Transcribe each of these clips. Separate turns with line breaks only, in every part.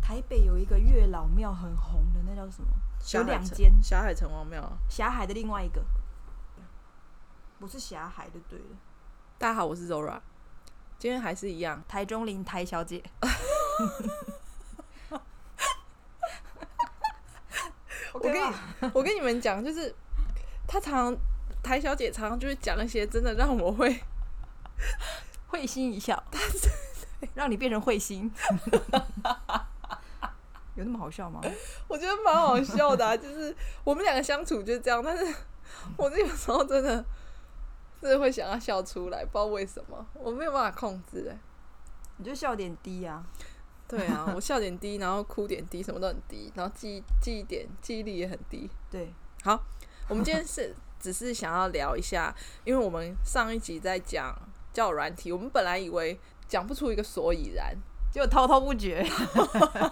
台北有一个月老庙很红的，那叫什么？
霞
有
海
两
城
间，
霞海城隍庙啊。
霞海的另外一个，不是霞海就对了。
大家好，我是 Zora，今天还是一 样，
台中林台小 姐，我
跟你我跟你们讲，就是她常台小姐常常就会讲一些真的让我会
会心一 笑，让你变成会心， 有那么好笑吗？
我觉得蛮好笑的、 啊，就是我们两个相处就是这样，但是我有时候真的真的会想要笑出来，不知道为什么，我没有办法控制、欸。
你就笑点低啊，
对啊，我笑点 低，然后哭点低，什么都很低，然后记忆记忆点记忆力也很低。
对，
我们今天是只是想要聊一下，因为我们上一集在讲交友软体，我们本来以为讲不出一个所以然。
就滔滔不绝，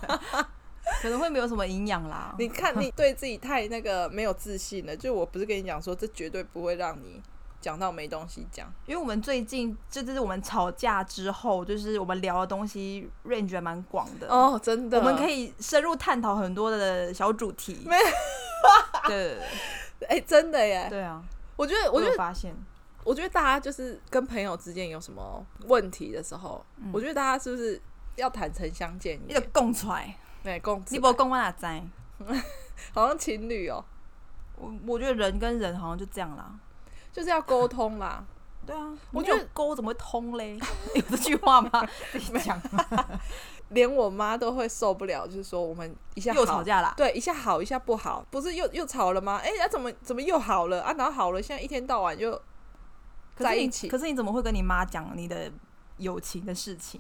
可能会没有什么营养啦。
你看，你对自己太那个没有自信了。就我不是跟你讲说，这绝对不会让你讲到没东西讲。
因为我们最近，这就是我们吵架之后，就是我们聊的东西 range 还蛮广的，
哦，真的，
我们可
以
以深入探讨很多的小主 题。对
哎、真的耶！嗯
对啊，
我觉得，
我
我觉
有
得，
发现，
我觉得大家就是跟朋友之间有什么问题的时候，我觉得大家是不是要坦诚相见一
你就
点？
供出来，
对，共
你不供我哪知？
好像情侣哦、
我我觉得人跟人好像就这样啦。
就是要沟通啦。
对啊，
我
没
觉
有
得
沟怎么会通嘞？有这句话 吗？自己讲，
连我妈都会受不了，就是说我们一下
又
好
吵架啦。
对，一下好，一下不好，不是又又吵了吗？哎、那、怎么怎么又好了啊？然后好了，现在一天到晚就
可
在
是
一
你
起
可。是你怎么会跟你妈讲你的友情的事情？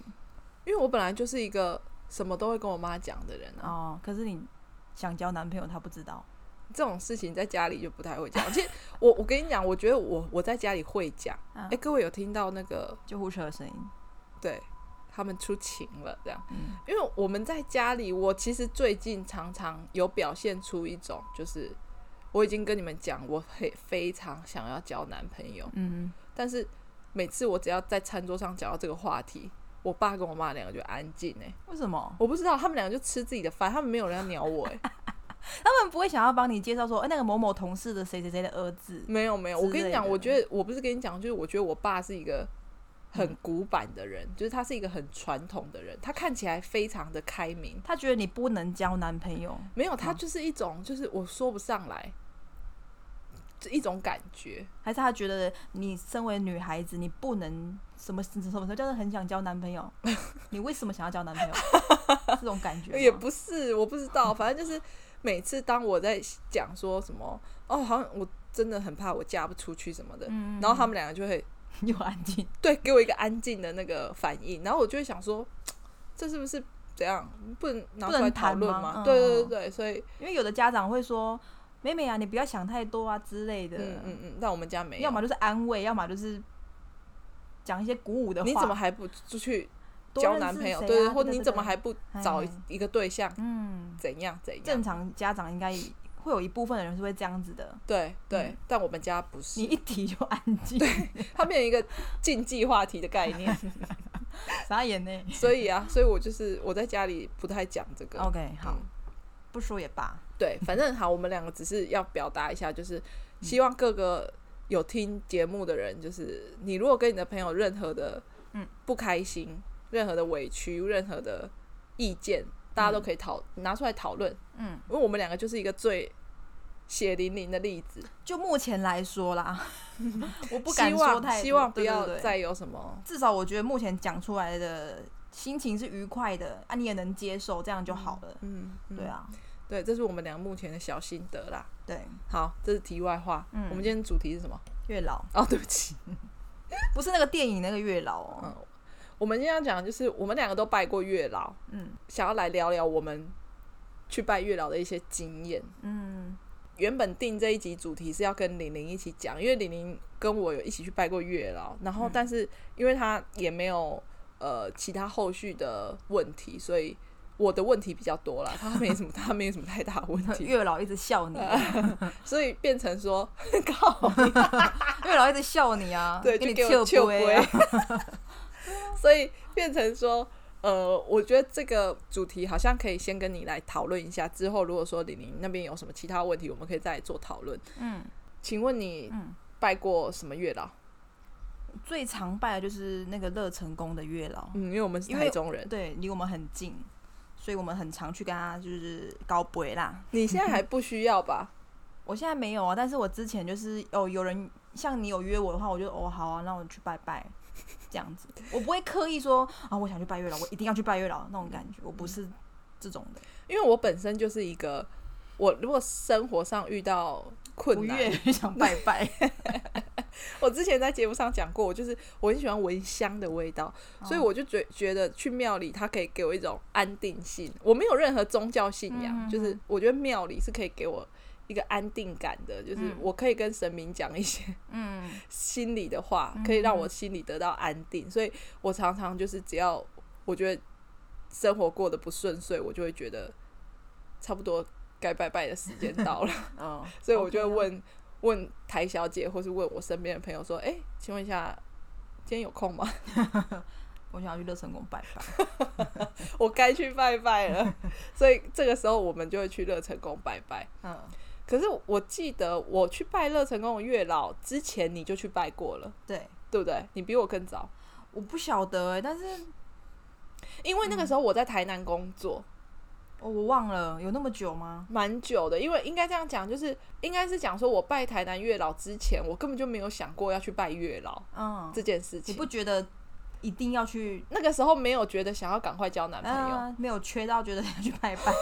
因为我本来就是一个什么都会跟我妈讲的人啊，
哦，可是你想交男朋友，她不知道。
这种事情在家里就不太会讲。其实我我跟你讲，我觉得我我在家里会讲。哎、
嗯
各位有听到那个
救护车的声音，
对他们出勤了这样？
嗯
因为我们在家里，我其实最近常常有表现出一种，就是我已经跟你们讲，我非非常想要交男朋友，
嗯，
但是每次我只要在餐桌上讲到这个话题，我爸跟我妈两个就安静哎、
为什么
我不知道他们两个就吃自己的饭，他们没有人要鸟我哎、
他们不会想要帮你介绍说，哎、那个某某同事的谁谁谁的儿子？
没有没有，
之
我跟你
类
讲，
的
我觉得我不是跟你讲，就是我觉得我爸是一个
嗯
很古板的人，就是他是一个很传统的人，他看起来非常的开明，
他觉得你不能交男朋友，
没有他就是一种就是我说不上来，这一种感觉。
还是他觉得你身为女孩子，你不能什么什么什么，就是很想交男朋 友，你为什么想要交男朋友？这种感觉吗
也不是，我不知道，反正就是每次当我在讲说什么哦，好像我真的很怕我嫁不出去什么的，
嗯
然后他们两个就会
又安静，
对给我一个安静的那个反应，然后我就会想说，这是不是怎样不能拿
不
出来
能
讨
谈
论
吗
吗？
嗯
对对对对，所以
因为有的家长会说：“妹妹啊，你不要想太多啊之类的。
嗯嗯嗯，但我们家没有。
要么就是安慰，要么就是讲一些鼓舞的话。
你怎么还不出去
多
交
认
男
识
朋友？
谁
对对，
啊
或
这个
你
这
怎么
个
还不找
哎
一个对象？
嗯，
怎样怎样
正？常家长应该会有一部分的人是会这样子的。
对对，但我们家
嗯
不
你
是，
一提就安静，
它变成一个禁忌话题的概念。
傻眼呢。
所以啊，所以我就是我在家里不太讲这个。
OK，好，哦
嗯
不说也罢。
对，反正好，我们两个只是要表达一下，就是希望各个有听节目的人，就是你如果跟你的朋友任何的
嗯
不开心、任何的委屈、任何的意见，大家都可以讨、拿出来讨论，
嗯，
因为我们两个就是一个最血淋淋的例子。
就目前来说啦， 我不
希
敢说
望
太多
希望不
对对
要
对
再有什么。
至少我觉得目前讲出来的心情是愉快的，啊，你也能接受，这样就好了。
嗯，嗯
对，啊，
对，这是我们俩目前的小心得啦。
对，
好，这是题外话。
嗯
我们今天主题是什么？
月老
哦，对不起，
不是那个电影那个月老哦，
嗯，我们今天要讲的就是我们两个都拜过月老，
嗯
想要来聊聊我们去拜月老的一些经验。
嗯，
原本定这一集主题是要跟玲玲一起讲，因为玲玲跟我有一起去拜过月老，然
嗯
后但是因为她也没有呃其他后续的问题，所以我的问题比较多啦，她没什么，她没有什么太大的问 题，
月老一直笑你，
所以变成说 靠，
月老一直 笑你啊，啊
对，
给你
就给我
笑
秋
杯啊，
所以变成说，呃，我觉得这个主题好像可以先跟你来讨论一下，之后如果说李宁那边有什么其他问题，我们可以再做讨论。
嗯
请问你
嗯，
拜过什么月老？
最常拜的就是那个乐成宫的月老，
嗯，因为我们是
因
台
为
中人，
对，离我们很近，所以我们很常去跟他就是高杯啦。
你现在还不需要吧？
我现在没有啊，但是我之前就是哦，有人像你有约我的话，我就哦好啊，那我去拜拜，这样子，我不会刻意说啊，我想去拜月老，我一定要去拜月老那种感觉，我不是这种的，
因为我本身就是一个，我如果生活上遇到
我
困
越
难，
越想拜 拜，
我之前在节目上讲过，我就是我很喜欢闻香的味道，
哦
所以我就觉觉得去庙里，它可以给我一种安定性。我没有任何宗教信仰，
嗯
就是我觉得庙里是可以给我一个安定感的，就是
嗯
我可以跟神明讲一些
嗯
心里的话，可以让我心里得到安定。所以我常常就是只要我觉得生活过得不顺遂，我就会觉得差不多该拜拜的时间到了。
哦，
所以我就会
OK 啊
问、问台小姐，或是问我身边的朋友说：“哎、请问一下，今天有空吗？
我想要去乐成宫拜拜，
我该去拜拜了。” 所以这个时候我们就会去乐成宫拜拜。
嗯，
可是我记得我去拜乐成宫的月老之前，你就去拜过了，
对，
对不对？你比我更早，
我不晓得哎、但是、
因为那个时候我在台南工作
哦我忘了有那么久吗？
蛮久的，因为应该这样讲，就是应该是讲说我拜台南月老之前，我根本就没有想过要去拜月老
嗯，
这件事
你
情
不。觉得一定要去
那个时候没有觉得想要赶快交男朋友，
啊，没有缺到觉得要去拜 拜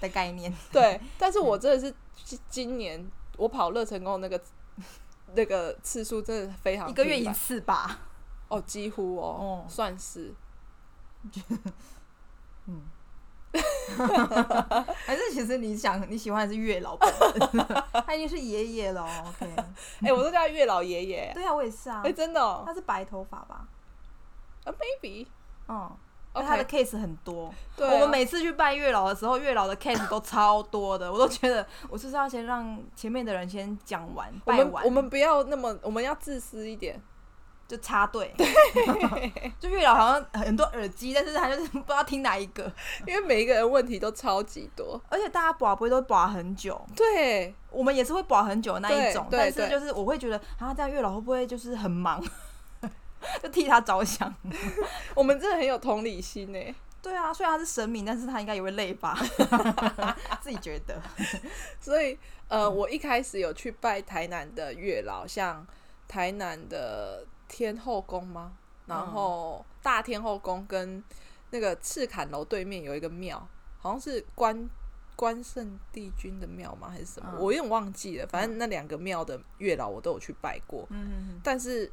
的概念。
对，但是我真的是今今年我跑乐成功的那个 那个次数真的非常
一个月
频
一
繁
次吧。
哦，几乎哦，
哦，
算 是
嗯，还是其实你想你喜欢的是月老本 哦人，他已经是爷爷了哦。OK，
哎、我都叫他月老爷爷，
对啊，我也是啊
哎、。真的、哦、
他是白头发吧？
，baby，
嗯，而且他的
OK，
case 很多。
对啊、
我们每次去拜月老的时候，月老的 case 都超多的，我都觉得我是不是要先让前面的人先讲完
我
拜
们
完，
我们不要那么，我们要自私一点，
就插队。 就月老好像很多耳机，但是他就是不知道听哪一个。
因为每一个人问题都超级多。
而且大家把不会都把很久，
对，
我们也是会把很久的那一种，
对
但
对
是就是我会觉得啊，这样月老会不会就是很忙， 就替他着想？
我们真的很有同理心哎，
对啊，虽然他是神明，但是他应该也会累吧， 自己觉得。
所以呃，我一开始有去拜台南的月老，像台南的天后宫吗？然后大天后宫跟那个赤坎楼对面有一个庙，好像是关关圣帝君的庙吗？还是什么？
嗯
我有点忘记了。反正那两个庙的月老我都有去拜过，
嗯，
但是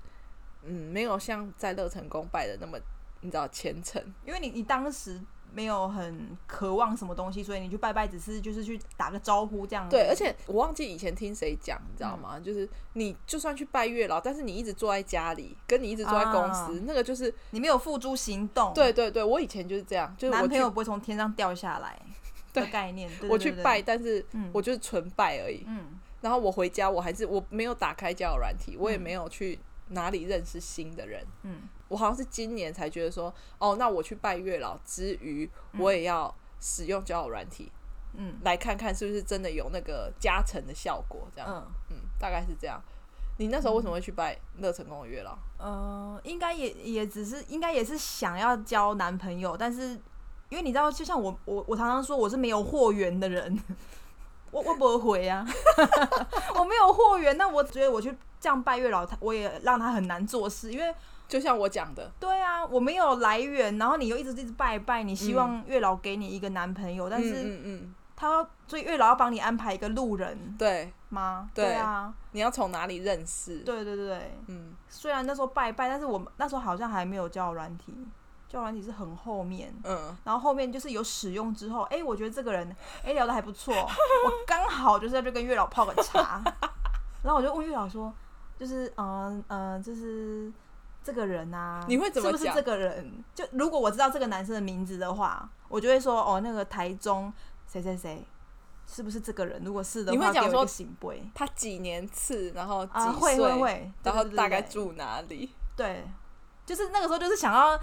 嗯，没有像在乐成宫拜的那么你知道虔诚。
因为你你当时没有很渴望什么东西，所以你去拜拜只是就是去打个招呼这样。
对，而且我忘记以前听谁讲，你知道
嗯
吗？就是你就算去拜月老，但是你一直坐在家里，跟你一直坐在公司，
啊
那个就是
你没有付诸行动，，
对对对，我以前就是这样，就是我
男
去
朋友不会从天上掉下来的概念。对
我
对
去
对
拜，但是
嗯
我就是纯拜而已。
嗯
然后我回家，我还是我没有打开交友软体，我也
嗯
没有去哪里认识新的人。
嗯
我好像是今年才觉得说，哦，那我去拜月老之余，我也要使用交友软体，
嗯
来看看是不是真的有那个加成的效果，这样。
嗯。
嗯，大概是这样。你那时候为什么会去拜乐成功的月老？
呃，应该也也只是应该也是想要交男朋友，但是因为你知道，就像我我我常常说我是没有货源的人，我我不会啊， 我没有货源，那我觉得我去这样拜月老，他我也让他很难做事，因为
就像我讲的，
对啊，我没有来源，然后你又一直一直拜拜，你希望月老给你一个男朋友，但是
嗯嗯
他要所以月老要帮你安排一个路人
嗯，对，
吗？
对
对啊，
你要从哪里认识？
对对对对。
嗯，
虽然那时候拜拜，但是我们那时候好像还没有交友软体，交友软体是很后面。
嗯
然后后面就是有使用之后，哎、我觉得这个人，哎、聊得还不 错，我刚好就是要去跟月老泡个茶， 然后我就问月老说，就是嗯嗯、呃就是这个人啊，
你会怎么
是不是
讲
这个人？就如果我知道这个男生的名字的话，我就会说，哦，那个台中谁谁谁，是不是这个人？如果是的
你会
话，
讲
给我
说
一个醒杯
他几年次，然后几岁，
啊，会会会，对
然后
对对
大概
对
住哪里？
对，就是那个时候就是想要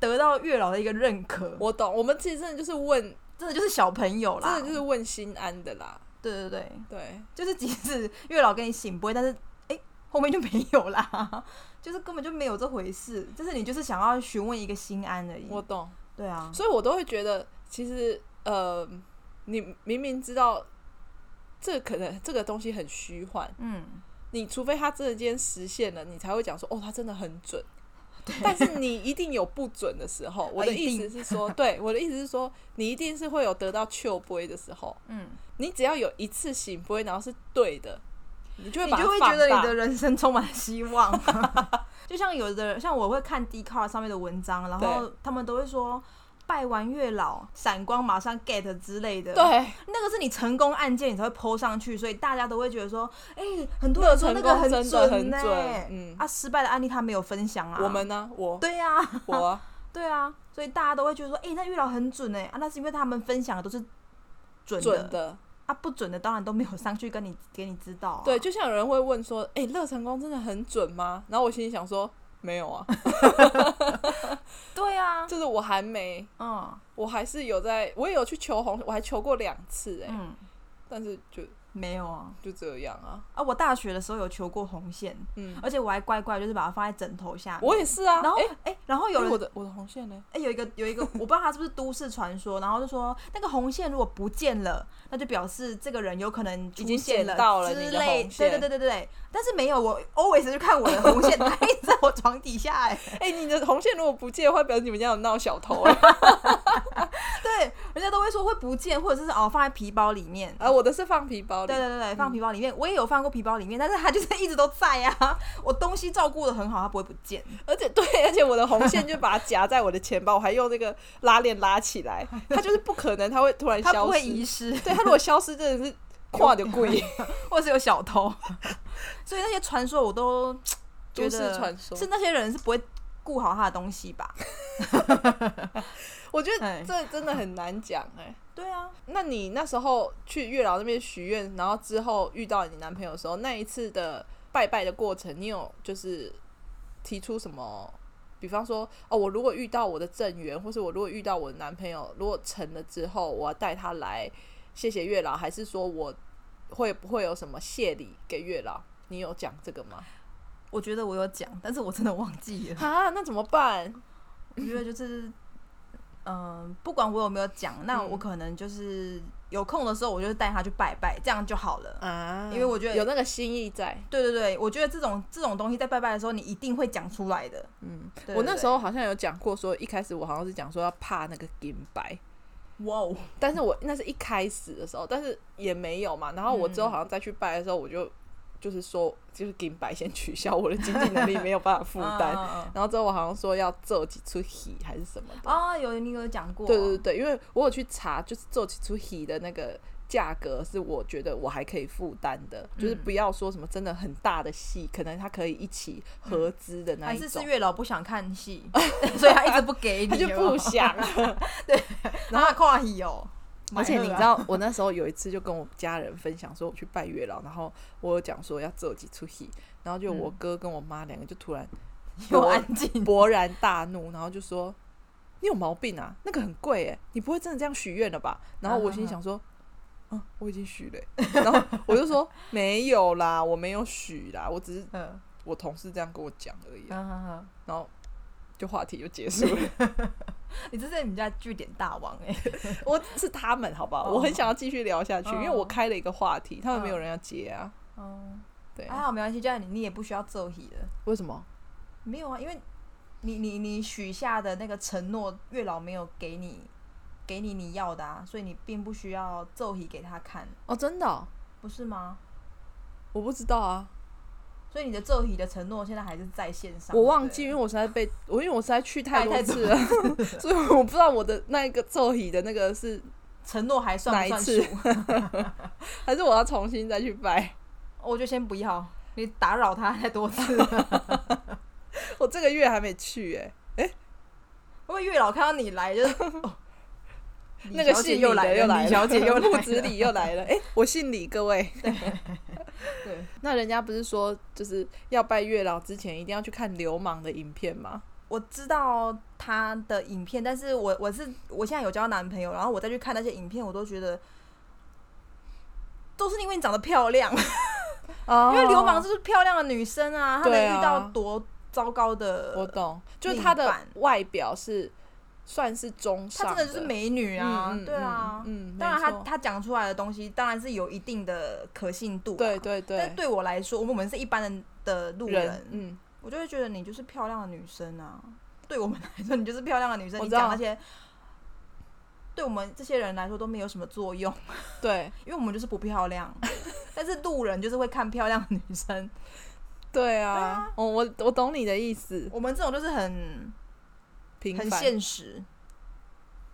得到月老的一个认可，
我懂，我们其实真的就是问，
真的就是小朋友啦，
真的就是问心安的啦。
对对对，
对，
就是即使月老跟你醒不会，但是哎、诶后面就没有啦， 就是根本就没有这回事，就是你就是想要询问一个心安而已。
我懂，
对啊，
所以我都会觉得，其实呃，你明明知道这可能这个东西很虚幻，
嗯，
你除非它真的今天实现了，你才会讲说哦，它真的很 准。但是你一定有不准的时候。我的
啊一
意
定
思是说，对我的意思是说，你一定是会有得到糗杯的时候。
嗯，
你只要有一次醒杯，然后是对的，你就会
你
把它
就会
放
觉得
大
你的人生充满希望。 就像有的人，像我会看 d c a r 上面的文章，然后他们都会说。拜完月老，闪光马上 get 之类的，，
对
那个是你成功案件，你才会 PO 上去，所以大家都会觉得说，哎、很多人说那
那
个
成功真的
准
很
呢、
准嗯
啊，失败的案例他没有分享啊。
我们呢、我
对呀、
我啊
对啊，所以大家都会觉得说，哎、那月老很准哎、啊，那是因为他们分享的都是 准的，
准的，
啊，不准的当然都没有上去跟你给你知道、啊。
对，，就像有人会问说，哎、乐成功真的很准吗？然后我心里想说，没有啊，
对啊，
就是我还没，
嗯
我还是有在，我也有去求红，我还求过两次、哎、
嗯，
但是就
没有啊。
就这样啊，
啊，我大学的时候有求过红线，
嗯，
而且我还乖乖就是把它放在枕头下面。
我也是啊，
然后
哎、
哎、然后有人
我的我的红 线呢？
哎、有一个有一个，我不知道他是不是都市传说，然后就说那个红线如果不见了，那就表示这个人有可能出
已经
现
捡到了
之
你的
类。对对
红线
对对对，但是没有，我 always 就看我的红线 它一直在我床底下、 哎，
哎、你的红线如果不借的话，表示你们家有闹小偷、哎
对，人家都会说会不见，或者是哦放在皮包里面。
啊，我的是放皮包里
对，对对对，
嗯
放皮包里面，我也有放过皮包里面，但是它就是一直都在啊。 我东西照顾的很好，它不会不见。
而且 对，而且我的红线就把它夹在我的钱包，我还用那个拉链拉 起来，它就是不可能，它会突然
它不
消
会
失
遗。失，
对，它如果消失，真的是跨的贵。
或是有小偷， 所以那些传说我都 觉
都市
得
传说
是那些人是不会顾好他的东西 吧？
我觉
哎
得这真的很难讲哎、
对啊，
那你那时候去月老那边许愿，然后之后遇到你男朋友的时候，那一次的拜拜的过程，你有就是提出什么？比方说，哦，我如果遇到我的正缘，或是我如果遇到我的男朋友，如果成了之后，我要带他来谢谢月老，还是说我会不会有什么谢礼给月老？你有讲这个吗？
我觉得我有讲，但是我真的忘记 了。
啊，那怎么办？
我觉得就是，嗯、不管我有没有讲，那我可能就是有空的时候，我就带他去拜拜，这样就好了。
啊
因为我觉得
有那个心意在。
对对对，我觉得这种这种东西在拜拜的时候，你一定会讲出来的。
嗯，
对
我
对
那
对
时候好像有讲过说一开始我好像是讲说要怕那个金白，
哇哦，
但是我那是一开始的时候，但是也没有嘛。然后我之后好像再去拜的时候，我就、就是说，就是给白先取消我的经济能力没有办法负担。
嗯嗯嗯
然后之后我好像说要做几出戏还是什么的。
啊、有你有讲过，
对对对，因为我有去查，就是做几出戏的那个价格是我觉得我还可以负担的，
嗯
就是不要说什么真的很大的戏，可能它可以一起合资的那
还
一
是
种
啊是。月老不想看 戏，所以他一直不给你，
他就不想，
然后跨戏哦。
而且你
买
知
了啊，
道，我那时候有一次就跟我家人分享说，我去拜月老，然后我有讲说要做几出戏，然后就
嗯
我哥跟我妈两个就突然
又
勃
安静，
勃然大怒，然后就说：“你有毛病啊！那个很贵诶，你不会真的这样许愿了吧？”然后我
嗯
心里想说：“嗯，我已经许了欸、 然后我就说：“没有啦，我没有许啦，我只是
嗯，
我同事这样跟我讲而已啊。
好好好，”
然后就话题就结束 了。
你这是你们家据点大王
欸
哎、
我是他们，好不好？
哦
我很想要继续聊下去，因为
哦
我开了一个话题，他们
嗯
没有人要接啊。
哦，
对啊
还好没关系，这样你你也不需要揍戏了。
为什么？
没有啊，因为你你你许下的那个承诺，月老没有给你给你你要的啊，所以你并不需要揍戏给他看，
哦，真的哦、
不是吗？
我不知道啊，
所以你的揍戏的承诺现在还是在线上，
我忘记，
对
因
不
为我实在被我因为我实在去太
拜
多
太多
次了， 所以我不知道我的那一个咒语的那个是
对承诺还算
哪
不
一
算
次
数？，
还是我要重新再去拜？
我就先不要，你打扰他太多次 了，
我这个月还没去哎、
会不会月老看到你来就是。 哦李
那个
小姐
姓
又
李
来
的又来
李
了，
小姐又来
木
了
子李又来了，哎、我姓李，各位。
对，
那人家不是说就是要拜月老之前一定要去看流氓的影片吗？
我知道他的影片，但是我我是我现在有交男朋友，然后我再去看那些影片，我都觉得都是因为你长得漂亮，
哦
因为流氓就是漂亮的女生啊，她能
对啊
遇到多糟糕的，
我懂，就
另
是
一
她的
半
外表是算是中
她
上，
真的就是美女啊，
嗯嗯
对啊。
嗯，嗯
当然
没
她，她
错
讲出来的东西当然是有一定的可信度、啊，
对对对
但，对我来说，我们是一般人的路人，
人嗯，
我就会觉得你就是漂亮的女生啊。对我们来说，你就是漂亮的女生，
我
你
知道
讲那些，对我们这些人来说都没有什么作用，
对啊
因为我们就是不漂 亮。但是路人就是会看漂亮的女生，
对啊，我我我懂你的意思，
我们这种就是很
平
很
凡
现实。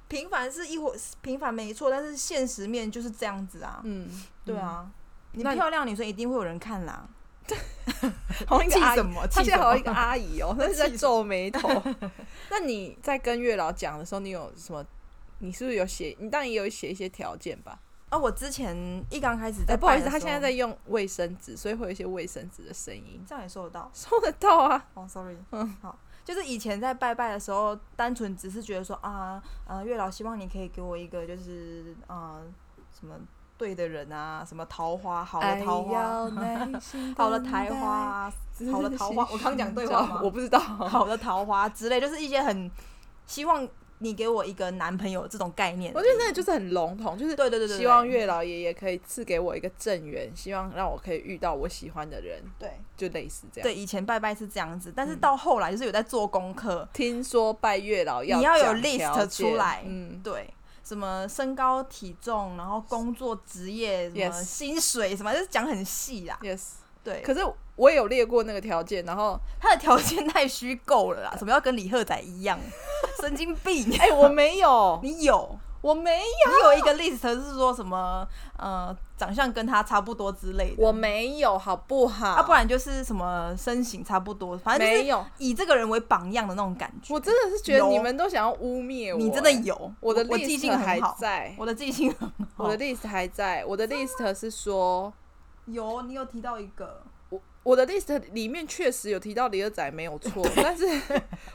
平凡是一回平凡没错，但是现实面就是这样子啊。
嗯，
对啊，你
那你
漂亮的女生一定会有人看啦。
嗯，好像一
气
个阿姨
什， 么？
她
气
现在
什
好像
么
一个阿 姨哦，她是在
气什么
皱眉 头。那你在跟月老讲的时候，你有什么？你是不是有写？你当然也有写一些条件吧？
啊！我之前一刚开始在、
哎，不好意思，他现在在，用卫生纸，所以会有一些卫生纸的声音，
这样也收得到。
收得到啊。
哦、s o r r y 嗯，好，就是以前在拜拜的时候，单纯只是觉得说啊，呃，月老希望你可以给我一个就是啊、呃什么对的人啊，什么桃花好的桃
哎
花， 好的桃花啊，好的桃 花，我刚讲对话吗？
我不知道。
好的桃花之类，就是一些很希望你给我一个男朋友这种概念。
我觉得那个就是很笼统，就是
对对对对，
希望月老爷爷可以赐给我一个正缘，希望让我可以遇到我喜欢的人，
对
就类似这样。，嗯
对，以前拜拜是这样子，但是到后来就是有在做功课，
听说拜月老
你要有
讲
list
条件
出来
嗯，
对，什么身高体重，然后工作职业，什么
Yes
薪水，什么就是讲很细啦。
yes。
对，
可是我也有列过那个条件，然后
他的条件太虚构了 啦，什么要跟李赫宰一样，神经病。
哎、啊我没有，
你有，
我没有，
你有一个 list 是说什么呃，长相跟他差不多之类的，
我没有，好不好？
啊，不然就是什么身形差不多，反正就
没
是
有。
以这个人为榜样的那种感觉。
我真的是觉得
有
你们都想要污蔑我，
你真的
哎
有，
我的
我记
list
性很
还
好，
在，
我的记性很好。
我的 list 还在，我的 list 是说。
有，你有提到一个，
我我的 list 里面确实有提到李二仔没有错，但是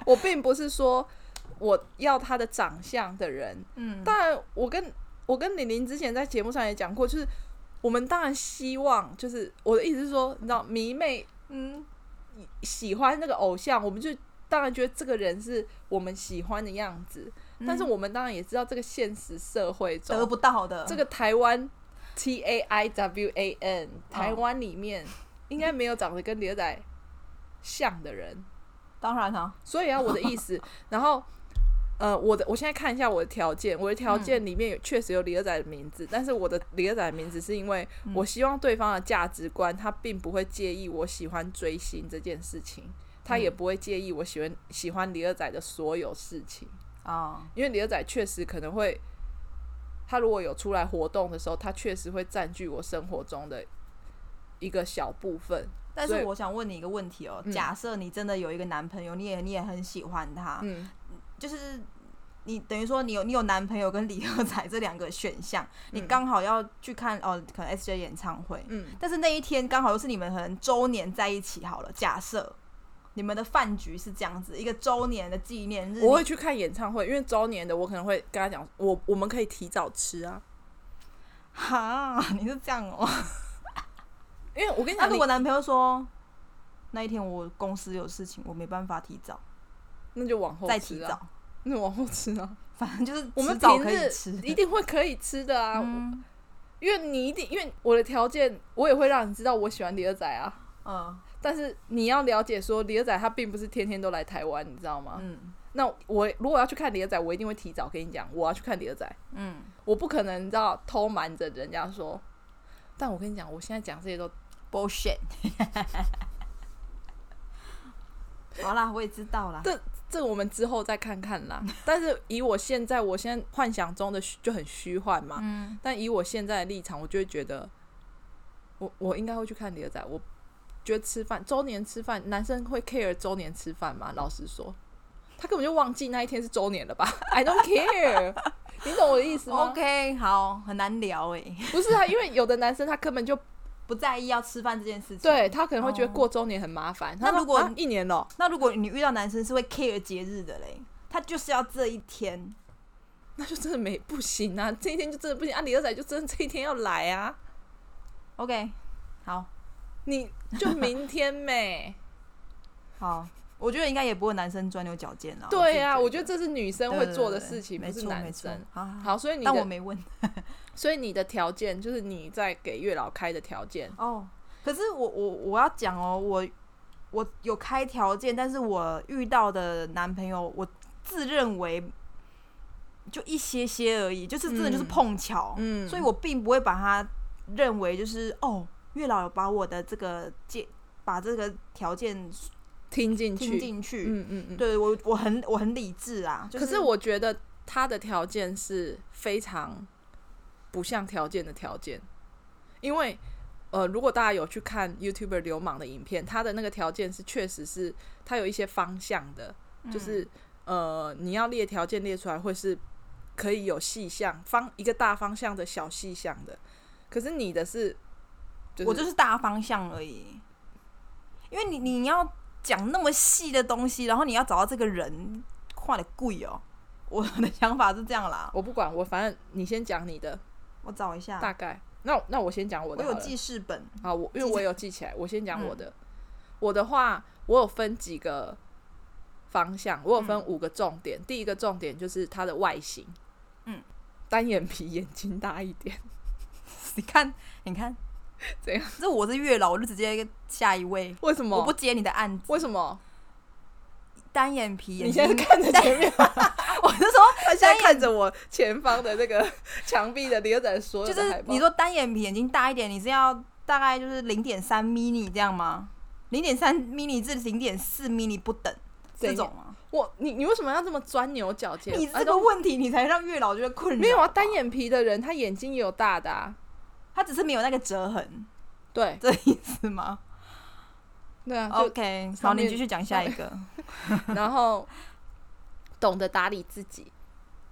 我并不是说我要他的长相的人。
嗯，
当然，我跟我跟玲玲之前在节目上也讲过，就是我们当然希望，就是我的意思是说，你知道迷妹
嗯，
喜欢那个偶像，我们就当然觉得这个人是我们喜欢的样子。但是
嗯
我们当然也知道，这个现实社会中
得不到的，
这个台湾 T A I W A N 台湾里面应该没有长得跟李仔像的人，
当然啊，
所以啊，我的意思，然后呃，我的我现在看一下我的条件，我的条件里面有确实有李仔的名字，但是我的李仔的名字是因为我希望对方的价值观他并不会介意我喜欢追星这件事情。他也不会介意我喜欢喜欢李二仔的所有事情，
啊、
因为李二仔确实可能会，他如果有出来活动的时候，他确实会占据我生活中的一个小部分。
但
所
是
以
我想问你一个问题哦，
嗯
假设你真的有一个男朋友，你也你也很喜欢他，
嗯，
就是你等于说你有你有男朋友跟李赫宰这两个选项，你刚好要去看哦，可能 S J 演唱会，
嗯，
但是那一天刚好又是你们可能周年在一起好了，假设。你们的饭局是这样子，一个周年的纪念日，
我会去看演唱会，因为周年的我可能会跟他讲，我我们可以提早吃啊。
哈，你是这样哦、
因为我跟你
那、
讲，
如
你
果男朋友说那一天我公司有事情，我没办法提早，
那就往后
再提
吃
早
啊，，那就往后吃 啊。
反正就是
我们
迟早
平
可以
日
吃
一定会可以吃的啊，
嗯
因为你一定，因为我的条件，我也会让你知道我喜欢李二仔啊。
嗯
但是你要了解说，李二仔他并不是天天都来台湾，你知道吗？
嗯
那我如果要去看李二仔，我一定会提早跟你讲，我要去看李二仔，
嗯，
我不可能你知道偷瞒着人家说。但我跟你讲，我现在讲这些都
bullshit。好啦，我也知道啦。
对这我们之后再看看啦。 但是以我现在，我现在幻想中的虚就很虚幻嘛。
嗯，
但以我现在的立场，我就会觉得，我我应该会去看李二仔。我觉得吃饭周年吃饭，男生会 care 周年吃饭吗？老实说，他根本就忘记那一天是周年了吧？I don't care，你懂我的意思吗
哦 OK，好，很难聊诶、
不是啊，因为有的男生他根本就
不在意要吃饭这件事情。，
对他可能会觉得过周年很麻烦。
那
他说
如果哦
啊一年了，
那如果你遇到男生是会 care 节日的嘞，他就是要这一天。
那就真的没不行啊，这一天就真的不行啊，李二仔就真的这一天要来啊，
OK，好，
你就明天 呗。
好，我觉得应该也不会男生钻牛角尖了。
对呀、
啊，
我觉得这是女生会做的事情，
对对对
不是男生
没。错。没错好，
好，所以你
但我
的
没问
所以你的条件就是你在给月老开的条件，
哦。可是我我我要讲哦，我我有开条件，但是我遇到的男朋友，我自认为就一些些而已，就是真的就是
嗯
碰巧，
嗯
所以我并不会把它认为就是哦，月老有把我的这个借把这个条件
听进去，
听进去，
嗯嗯嗯。
对我我很我很理智啊，就
可是我觉得他的条件是非常不像条件的条件，因为呃，如果大家有去看 YouTuber 流氓的影片，他的那个条件是确实是他有一些方向的，
嗯
就是呃，你要列条件列出来会是可以有细项方一个大方向的小细项的，可是你的是，
我就是大方向而已。因为你你要讲那么细的东西，然后你要找到这个人，画的贵哦。我的想法是这样啦，
我不管，我反正你先讲你的
我找一下，
大概，那那我先讲我
我
的好
有
了，
记事 本，
啊，我因为
记嗯
我有记起来，我先讲我的。我的话，我有分几个方向，我有分五个重点。第一个重点就是它的外形，
嗯，
单眼皮，眼睛大一点。
你看你看
怎样？
这我是月老，我就直接下一位，
为什么？
我不接你的案子，
为什么？
单眼皮眼
你
睛
现在，看着 前面，
我是说
他现在看着我前方的那个 墙壁的连展所有
就
的海
是
报。
你说单眼皮眼睛大一点，你是要大概就是零点三 mini 这样吗？零点三 mini 至零点四 mini 不等
怎
这
样
种吗？
我，你你为什么要这么钻牛角尖？
你
啊
这
都
个问题，你才让月老觉得困扰。
没有啊？单，眼皮的人，他眼睛也有大的、啊。
他只是没有那个折痕，
对
这意思吗
对啊，
哦
就
？OK，好，
上面
你继续讲下一 个，
然后懂得打理自己，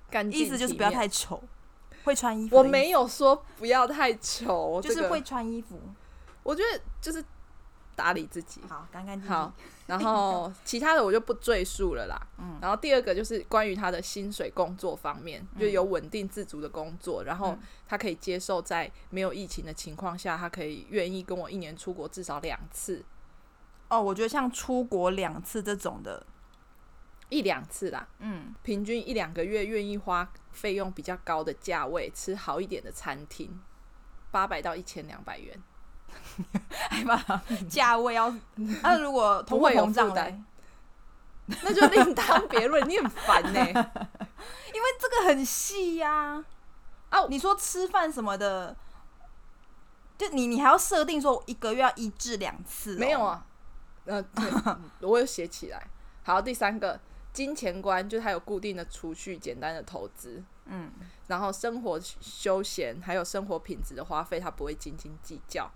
干净。
意思就是不要。太丑，会穿衣服。
我，没有说不要太丑，
就
这
是
个
会，穿衣服，
我觉得就是打理 自己。
好，干干净
好
净。，
然后其他的我就不赘述了啦。
嗯
然后第二个就是关于他的薪水工作方面，
嗯
就有稳定自足的工作，然后
嗯
他可以接受在没有疫情的情况下，他可以愿意跟我一年出国至少两次，
哦，我觉得像出国两次这种的，
一两次啦。
嗯，
平均一两个月愿意花费用比较高的价位吃好一点的餐厅，八百到一千两百元，
哎妈，价位 要，那如果通货
嗯不会有
膨胀
负
嘞，
担那就另当别论。你很烦呢、
因为这个很细呀。
啊我
你说吃饭什么的，就你你还要设定说一个月要一至两次哦，
没有啊，呃，对嗯我有写起来。好，第三个金钱观就是它有固定的储蓄、简单的投资，
嗯，
然后生活休闲还有生活品质的花费，他不会斤斤计较。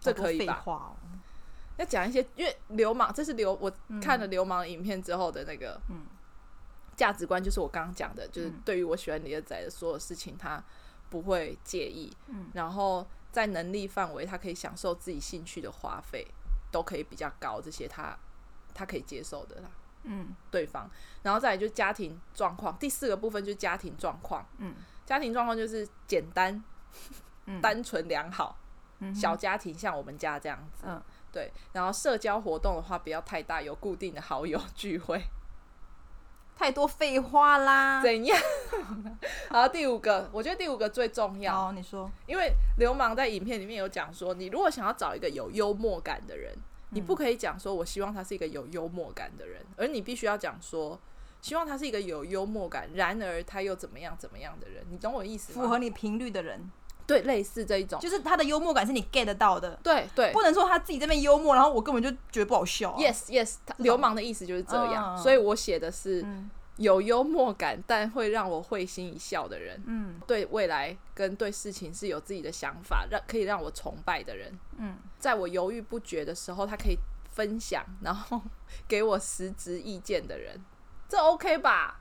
这
好多
可以
废
吧？
话哦
要讲一些，因为流氓，这是流我看了流氓影片之后的那个，
嗯
价值观就是我刚刚讲的，就是
嗯
对于我喜欢李二仔的所有事情，他不会介意，
嗯
然后在能力范围，他可以享受自己兴趣的花费，都可以比较高，这些他他可以接受的啦，
嗯
对方，然后再来就是家庭状况，第四个部分就是家庭状况，
嗯
家庭状况就是简单、
嗯
单纯、良好，
嗯哼
小家庭像我们家这样子，
嗯
对，然后社交活动的话不要太大，有固定的好友 聚会，
太多废话啦。
怎样？ 然后第五个，我觉得第五个最重要，
好，你说，
因为流氓在影片里面有讲说，你如果想要找一个有幽默感的人，你
嗯
不可以讲说我希望他是一个有幽默感的人，而你必须要讲说。希望他是一个有幽默感，然而他又怎么样怎么样的人，你懂我意思
符
吗
合？你频率的人，
对，类似这一种，
就是他的幽默感是你 get 得到的，
对对
不能说他自己这边幽默，然后我根本就觉得不好笑啊、
，yes yes，他流氓的意思就是这样，
嗯嗯嗯
所以我写的是
嗯
有幽默感，但会让我会心一笑的人。
嗯
对未来跟对事情是有自己的想法，让可以让我崇拜的人，
嗯，
在我犹豫不决的时候，他可以分享， 然后给我实质意见的人，这 OK 吧？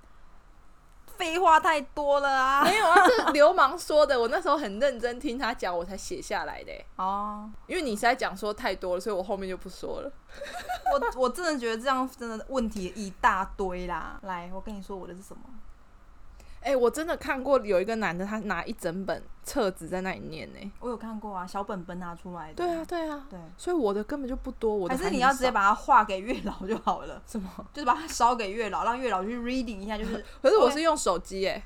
废话太多了啊！
没有啊，这流氓说的，我那时候很认真听他讲，我才写下来的欸。
哦，
因为你实在讲说太多了，所以我后面就不说了。
我我真的觉得这样真的问题一大堆啦。来，我跟你说我的是什么？
哎、我真的看过有一个男的，他拿一整本册子在那里念呢、
我有看过啊，小本本拿出来的。
对啊，，对啊，
对。
所以我的根本就不多，我的
还是你
很
要直接
少
把它画给月老就好了，
什么？
就是把它烧给月老，让月老去 reading 一下。就是，
可是我
OK
是用手机哎、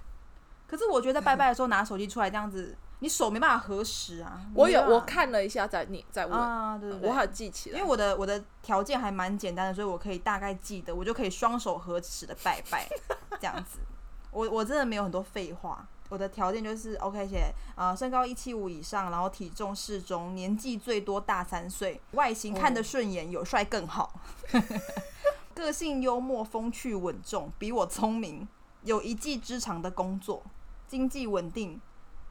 可是我觉得在拜拜的时候拿手机出来这样子，你手没办法核实啊。你
我
没
有
办
我
法
看了一下再你再问，
啊，对对对，
我还有记起
因
来
为。我的我的条件还蛮简单的，所以我可以大概记得，我就可以双手合十的拜拜这样子。我我真的没有很多废话，我的条件就是 OK 写啊、呃身高一七五以上，然后体重适中，年纪最多大三岁，外形看
哦
得顺眼，有帅更好， 个性幽默风趣稳重，比我聪明，有一技之长的工作，经济稳定，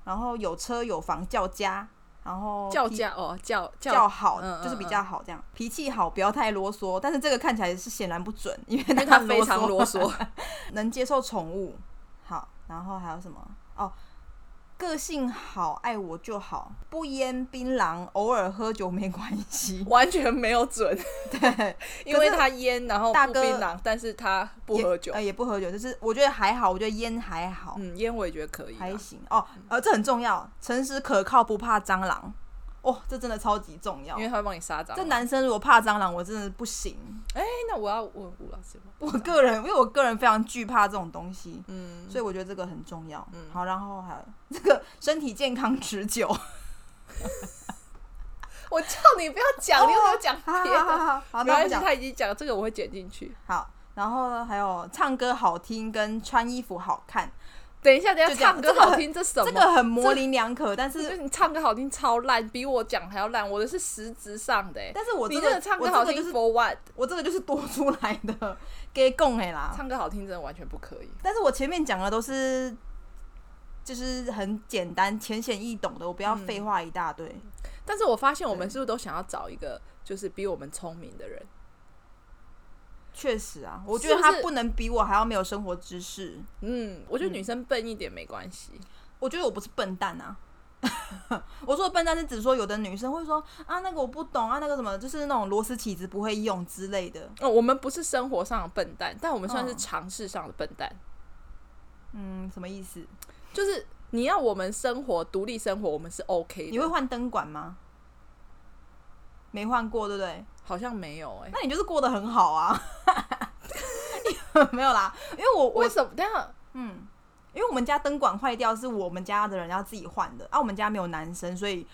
然后有车有房叫家，然后
叫
脾
价哦，叫
较
叫，
好，
嗯
就是
嗯
比
嗯
较好这样，脾气好，不要太啰嗦。但是这个看起来是显然不准，因为
因为
他
他
很
非常
啰
啰
嗦，
嗦。
能接受宠物，好，然后还有什么？哦，个性好，爱我就好，不烟槟榔，偶尔喝酒没关系。
完全没有准，
对，
因为他烟，然后
大
不
哥
槟榔，但是他 不
也
喝酒。
呃，也不喝酒，就是我觉得还好，我觉得烟还好，
嗯，烟我也觉得可以啊。
还行哦。呃，这很重要，诚实可靠，不怕蟑螂。哦，这真的超级重要
因。为他会帮你杀蟑
这
螂。
男生如果怕蟑螂，我真的不行。
哎，那我要问吴老师吗？
我个人，因为我个人非常惧怕这种东西，
嗯，
所以我觉得这个很重要。
嗯
好，然后还有这个 身体健康持 久，
我叫你不要讲，你又没有讲
好
别
好
的。
好好好，
没
那
关
我
系，
讲
他已经讲这个，我会剪进去。
好。然后呢，还有唱歌好听跟穿衣服好看，
等一下，等一
就
下，
这样
唱歌
这个
好听，这什么？
这个很模棱两可，但
就是是你唱歌好听超烂，比我讲还要烂。我的是实质上的、欸，
但是我
你
这
这
个
个唱
我
歌
这
好
个
听
就是
for what？
我这个就是多出来的，给供哎啦。
唱歌好听真的完全不可以。
但是我前面讲的都是就是很简单、浅显易懂的，我不要
嗯
废话一大堆。
但是我发现我们是不是都想要找一个就是比我们聪明的人？
确实啊，我觉
是
得
不
他
是
不能比我还要没有生活知识。
嗯，我觉得女生笨一点没关系。
我觉得我不是笨蛋啊。 我说的笨蛋是指说有的女生会说啊那个我不懂啊那个什么就是那种螺丝起子不会用之类的，
哦，我们不是生活上的笨蛋，但我们算是
嗯
尝试上的笨蛋。
嗯，什么意思？
就是你要我们生活独立生活，我们是 OK
你会
的。
换灯管吗？没换过，对不对？
好像没有哎、
那你就是过得很好啊。 没有啦，因为我
为
我
什么？等一下
嗯，因为我们家灯管坏掉是我们家的人要自己换的，啊，我们家没有男生，所以。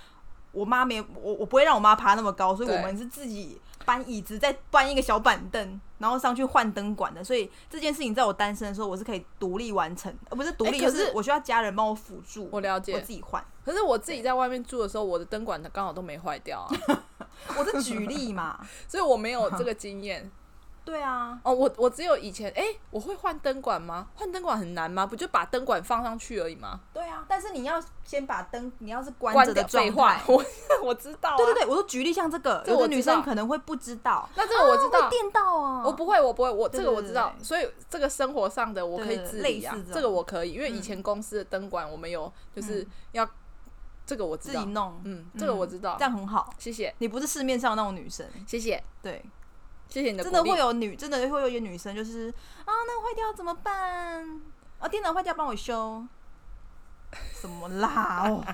我妈没我，我不会让我妈爬那么高，所以
对
我们是自己搬椅子，再搬一个小板凳，然后上去换灯管的。所以这件事情在我单身的时候，我是可以独立完成，呃，不是独立，
哎
就
可是
是我需要家人帮我辅助，
我了解
我自己换。
可是我自己在外面住的时候，我的灯管刚好都没坏 掉啊，
我是举例嘛，
所以我没有这个经验。
对啊，
哦，我我只有以前，哎、我会换灯管吗？换灯管很难吗？不就把灯管放上去而已吗？
对啊。但是你要先把灯，你要是关
关
着的
掉
状
废话
态，，
我 我知道、啊。
对对对，我说举例像这个，
这
有的
我知
女生
道
可能会不知道，
那这个哦我知道，
会电到啊，
我不会，我不会，我
对
这个我
对
知道
对。对
所以这个生活上的我可以
对对
自
类
理啊
似这，种
这个我可以，因为以
嗯
前公司的灯管我们有就是要这个我
自
知
己
道，
弄，
嗯，这个我知道
这。样很好。
谢谢，
你不是市面上那种女生，
谢谢，
对，
谢谢你的
真的
鼓励
会。有女，真的会有一些女生就是啊，那个坏掉怎么办？啊，电脑坏掉帮我修，什么啦哦？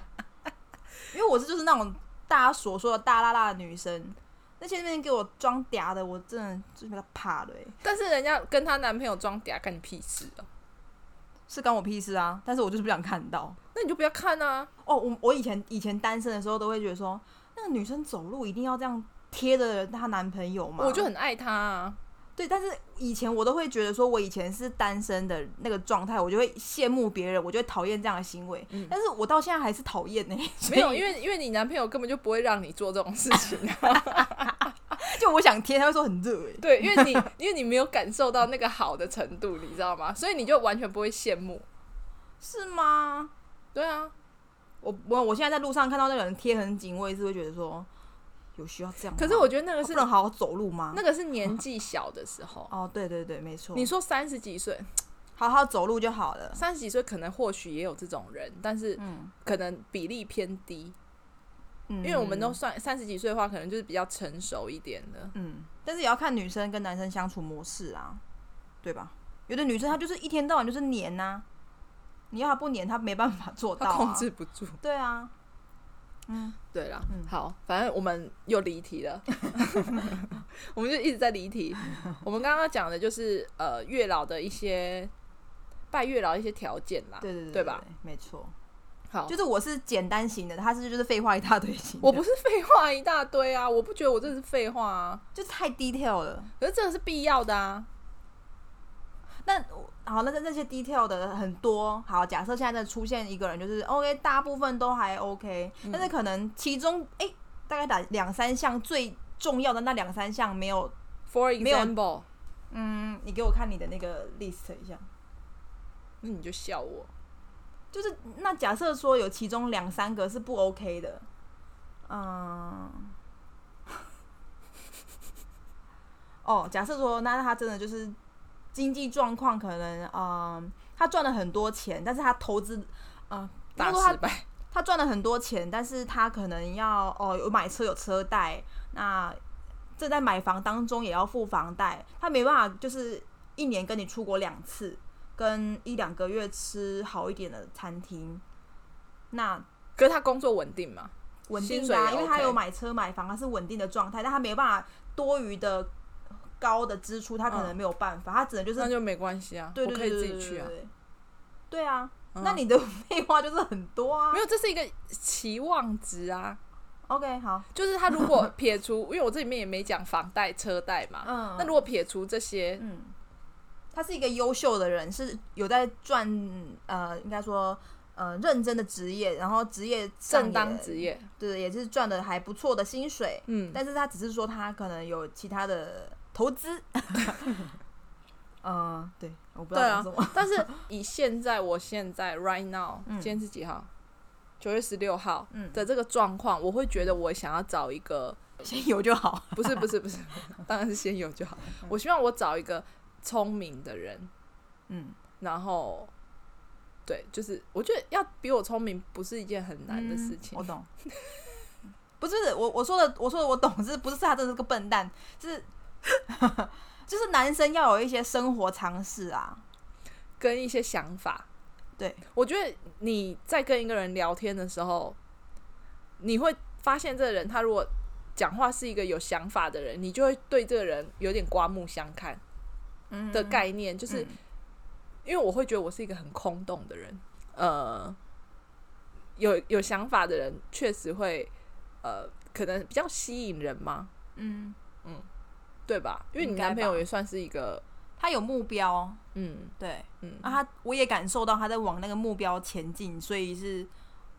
因为我是就是那种大家所说的大辣辣的女生，那些那边给我装嗲的，我真的就是被她怕的、欸，
但是人家跟她男朋友装嗲，干你屁事哦。
是关我屁事啊！但是我就是不想看到。
那你就不要看啊。
哦，我我以前以前单身的时候都会觉得说，那个女生走路一定要这样贴着她男朋友嘛，
我就很爱她啊。
对，但是以前我都会觉得说，我以前是单身的那个状态，我就会羡慕别人，我就会讨厌这样的行为。
嗯
但是我到现在还是讨厌呢，所
没有，
以
因为因为你男朋友根本就不会让你做这种事情 啊。
就我想贴，他会说很热哎。
对，因为你因为你没有感受到那个好的程度，你知道吗？所以你就完全不会羡慕。
是吗？
对啊，
我我我现在在路上看到那个人贴很紧，我也是会觉得说，有需要这样吗？
可是我觉得那
他哦
个
不
是
能好好走路吗？
那个是年纪小的时候。
哦，对对对，没错。
你说三十几岁，
好好走路就好了。
三十几岁可能或许也有这种人，但是
嗯，
可能比例偏低，
因
因为我们都算三十几岁的话，可能就是比较成熟一点的。
嗯，但是也要看女生跟男生相处模式啊，对吧？有的女生她就是一天到晚就是黏呐、你要她不黏，她没办法做到、
他
啊，
控制不住，
对啊，嗯，
对啦，
嗯
好，反正我们又离题 了，我们就一直在离题。我们刚刚讲的就是呃月老的一些拜月老的一些条件啦。
对对对
啊对吧？
没错，
好，
就是我是简单型的，她是就是废话一大堆型的，
我不是废话一大堆啊，我不觉得我这是废话啊，
就是太 detail 了。
可是这个是必要的啊。
那我好，那那那些 detail 的很多，好，假设现在真的出现一个人，就是 OK，大部分都还 OK，、但
嗯
是可能其中哎、大概打两三项最重要的那两三项没有，
For
没有
example，
嗯，你给我看你的那个 list 一下。
那你就笑我。
就是那假设说有其中两三个是不 OK 的，嗯， 哦，假设说那他真的就是经济状况可能，嗯，他赚了很多钱，但是他投资，嗯，应
大
该说他
失败，
他赚了很多钱，但是他可能要哦有买车有车贷，那正在买房当中也要付房贷，他没办法就是一年跟你出国两次，跟一两个月吃好一点的餐厅，那
可是他工作稳定嘛？
稳定
薪
的
水
啊、
也
因为他
OK
有买车买房，他是稳定的状态，但他没办法多余的高的支出，他可能没有办法，他只能就是
那就没关系啊，
对对
我可
对
以
对
自
对
己去啊。
对对啊，
嗯
那你的 废话就是很多啊
没。有，这是一个期望值啊。
OK，好，
就是他如果撇除，因为我这里面也没讲房贷、车贷嘛，
嗯，
那如果撇除这些，
嗯，他是一个优秀的人，是有在赚呃，应该说呃认真的职业，然后职业上
正
也
当职，业，
对，也是赚的还不错的薪水。
嗯，
但是他只是说他可能有其他的投资。呃，对，我不知道
对
讲
啊
什么。
但是以现在我现在 right now，、
嗯
今天是几号？九月十六号
嗯
的这个状况，我会觉得我想要找一个，
先有就好。
不是不是不是，当然是先有就好。我希望我找一个聪明的人，
嗯，
然后。对，就是我觉得要比我聪明不是一件很难的事情。
我懂。不是我我说的，我说的我懂，是不是他真的是个笨蛋？是 就是男生要有一些生活常识啊。
跟一些想法。
对，
我觉得你在跟一个人聊天的时候，你会发现这个人他如果讲话是一个有想法的人，你就会对这个人有点刮目相看
嗯
的概念。就是
嗯
因为我会觉得我是一个很空洞的人，呃，有有想法的人确实会呃，可能比较吸引人嘛，
嗯，
对吧？因为你
应该吧
男朋友也算是一个，
他有目标，
嗯
对，
嗯，
啊，他我也感受到他在往那个目标前进，所以是，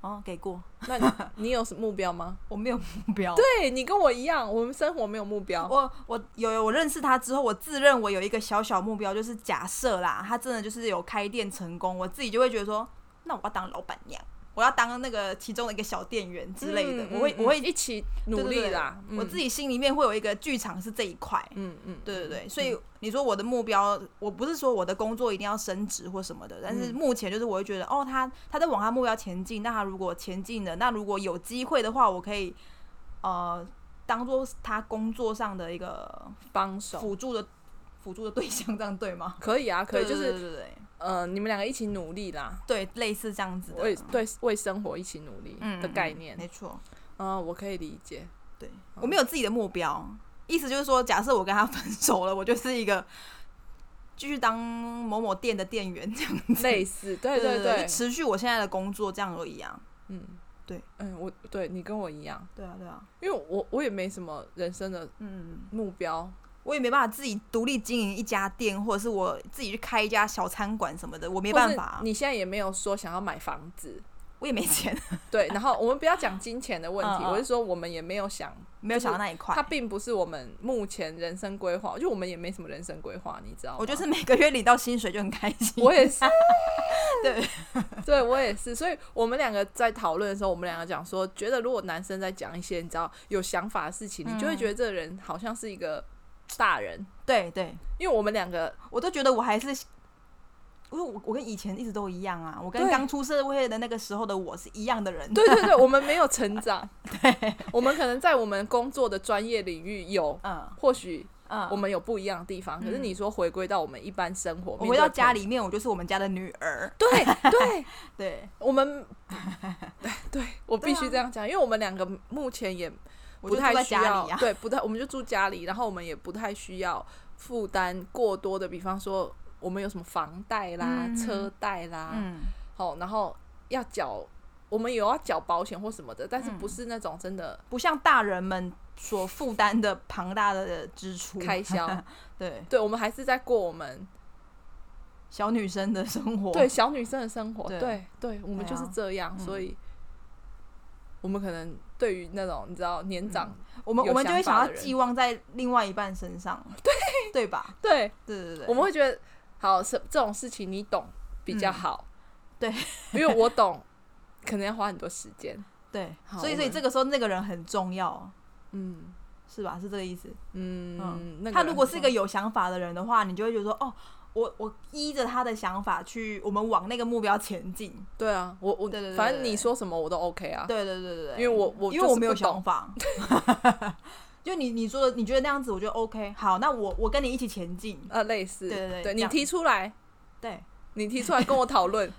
哦，给过，
那你
啊
你有什么目标吗？
我没有目标，啊
对你跟我一样，我们生活没有目标。
我我有有我认识他之后，我自认为有一个小小目标，就是假设啦，他真的就是有开店成功，我自己就会觉得说，那我要当老板娘，我要当那个其中的一个小店员之类的，
嗯
我会
嗯
我会
一起努力啦。
我自
己，
己心里面会有一个剧场是这一块，
嗯嗯，
对对对，所以你说我的目标，我不是说我的工作一定要升职或什么的，但
嗯
是目前就是我会觉得，哦，他他在往他目标前进，那他如果前进了，那如果有机会的话，我可以呃当做他工作上的一个
帮手
辅助的辅助的对象，这样对吗？
可以啊， 可以，
对
就是
对对对
呃，你们两个一起努力啦，
对，对类似这样子的，
为对为生活一起努力
嗯
的概念
嗯。没错，
嗯，我可以理解。
对我没有自己的目标，意思就是说，假设我跟他 分手了，我就是一个继续当某某店的店员这样子。
类似，对
对
对
就，持续我现在的工作这样而已啊。
嗯，
对，
嗯，我对你跟我一样，
对啊，对啊，
因为我我也没什么人生的
嗯，
目标，
我也没办法自己独立经营一家店，或者是我自己去开一家小餐馆什么的，我没
没
办法啊，
你现在也没有说想要买房子，
我也没 钱，
对。然后我们不要讲金钱的问题，
嗯嗯
我是说我们也没有想
没有想到那一块
它。并不是我们目前人生规划，就我们也没什么人生规划，你知道吗？
我就是每个月领到薪水就很开心。，
我也是
对，
对我也是。所以我们两个在讨论的时候，我们两个讲说，觉得如果男生在讲一些你知道有想法的事情，你就会
嗯
觉得这个人好像是一个大人，
对对，
因为我们两个
我都觉得我还是因为我我跟以前一直都一样啊，我跟
对
刚出社会的那个时候的我是一样的人。
对对对，我们没有成长，对，我们可能在我们工作的专业领域有，
嗯
或许
嗯，
我们有不一样的地方，可是你说回归到我们一般生活，
我
面
回
对
到
朋
家
友，
里面，我就是我们家的女儿。
对对，
对，
我 们对，我必
对
须
啊
这样讲，因为我们两个目前也
我
不
就住
太
在
需
家
要，
里啊。
对，不太，我们就住家里，然后我们也不太需要负担过多的，比方说我们有什么房贷啦、
嗯
车贷啦，
嗯，
好、然后要缴，我们有要缴保险或什么的，但是
嗯
不是那种真的
不像大人们所负担的庞大的支出
开销，
对
对，我们还是在过我们
小女生的生活。
对小女生的生活，
对
对对，我们就是这样，
嗯
所以我们可能对于那种你知道年长，
我们
有
我们就会
想
想
法
要
的人
寄望在另外一半身上，对对吧？
对
对对对，
我们会觉得好是这种事情你懂比较
嗯
好，
对，
因为我懂，可能要花很多时间，
对，
好
所以
我
所以
们
这个时候那个人很重要，
嗯
是吧？是这个意思。
嗯，那
他如果是一个
人
有想法的人的话，你就会觉得说，哦，我我依着他的想法去，我们往那个目标前进。
对啊，我我
对对对
反正
对
你说什么我都 OK 啊，
对对对对对，
因为我我
因
就
为我
是
没有
不懂
想法。 就你你说的，你觉得那样子，我觉得 OK。好，那我我跟你一起前进。
呃类似，
对对对
对
这
你
样
提出来，
对，
你提出来跟我讨 论，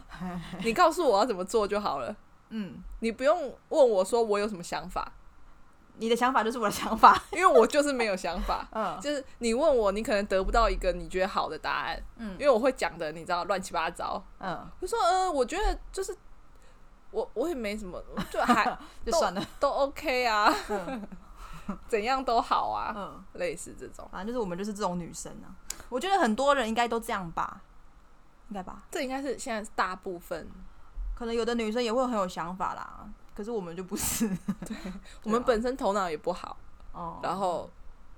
你告诉我要怎么做就好了。
嗯，
你不用问我说我有什么想法，
你的想法就是我的想法。。
因为我就是没有想法
嗯
就是你问我，你可能得不到一个你觉得好的答案，
嗯
因为我会讲的，你知道乱七八糟。
嗯，
我说，嗯、我觉得就是我我也没什么，就 还
就算了。
都 OK 啊，
嗯
怎样都好啊，
嗯，
类似这种，
反正就是我们就是这种女生啊。我觉得很多人应该都这样吧，应该吧？
这应该是现在大部分
可能有的女生也会很有想法啦，可是我们就不 是。
我们本身头脑也不好，
啊哦，
然后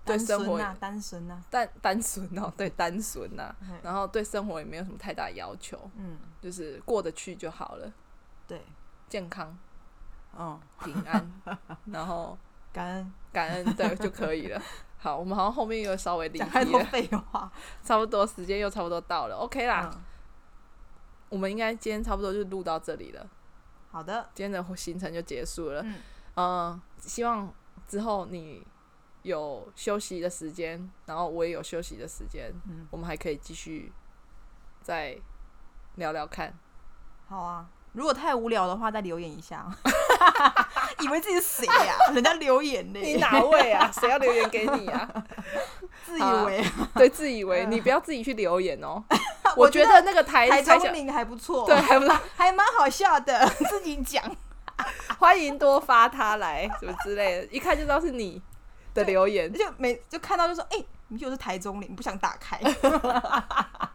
对
单啊
生活
身
也
呐，单身呐，
但单纯哦，对单纯呐、
嗯
然后对生活也没有什么太大要求，
嗯，
就是过得去就好了，
对，
健康
嗯，
平安， 然后
感恩。
感恩对就可以了。好，我们好像后面又稍微 离
讲太
题
多
了，
废 话，
差不多时间又差不多到了，OK 啦，
嗯
我们应该今天差不多就录到这里了，
好的，
今天的行程就结束了。
嗯
嗯，希望之后你有休息的时间，然后我也有休息的时间，
嗯
我们还可以继续再聊聊看。
好啊。如果太无聊的话，再留言一 下。 以为自己是谁呀、人家留言呢、
你哪位啊？谁要留言给你啊？
自以为
对，自以为你不要自己去留言哦。
我
我
觉
觉
得
得那个台
台
台
中
小
名还不错，
对，，还不是
还蛮好笑的， 自己讲。
欢迎多发他来什么之类的，一看就知道是你的留言。
就每就看到就说，哎、你又是台中脸，不想打开。
嗯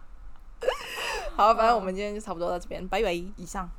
好，反正我们今天就差不多到这边，拜拜。
哎以上，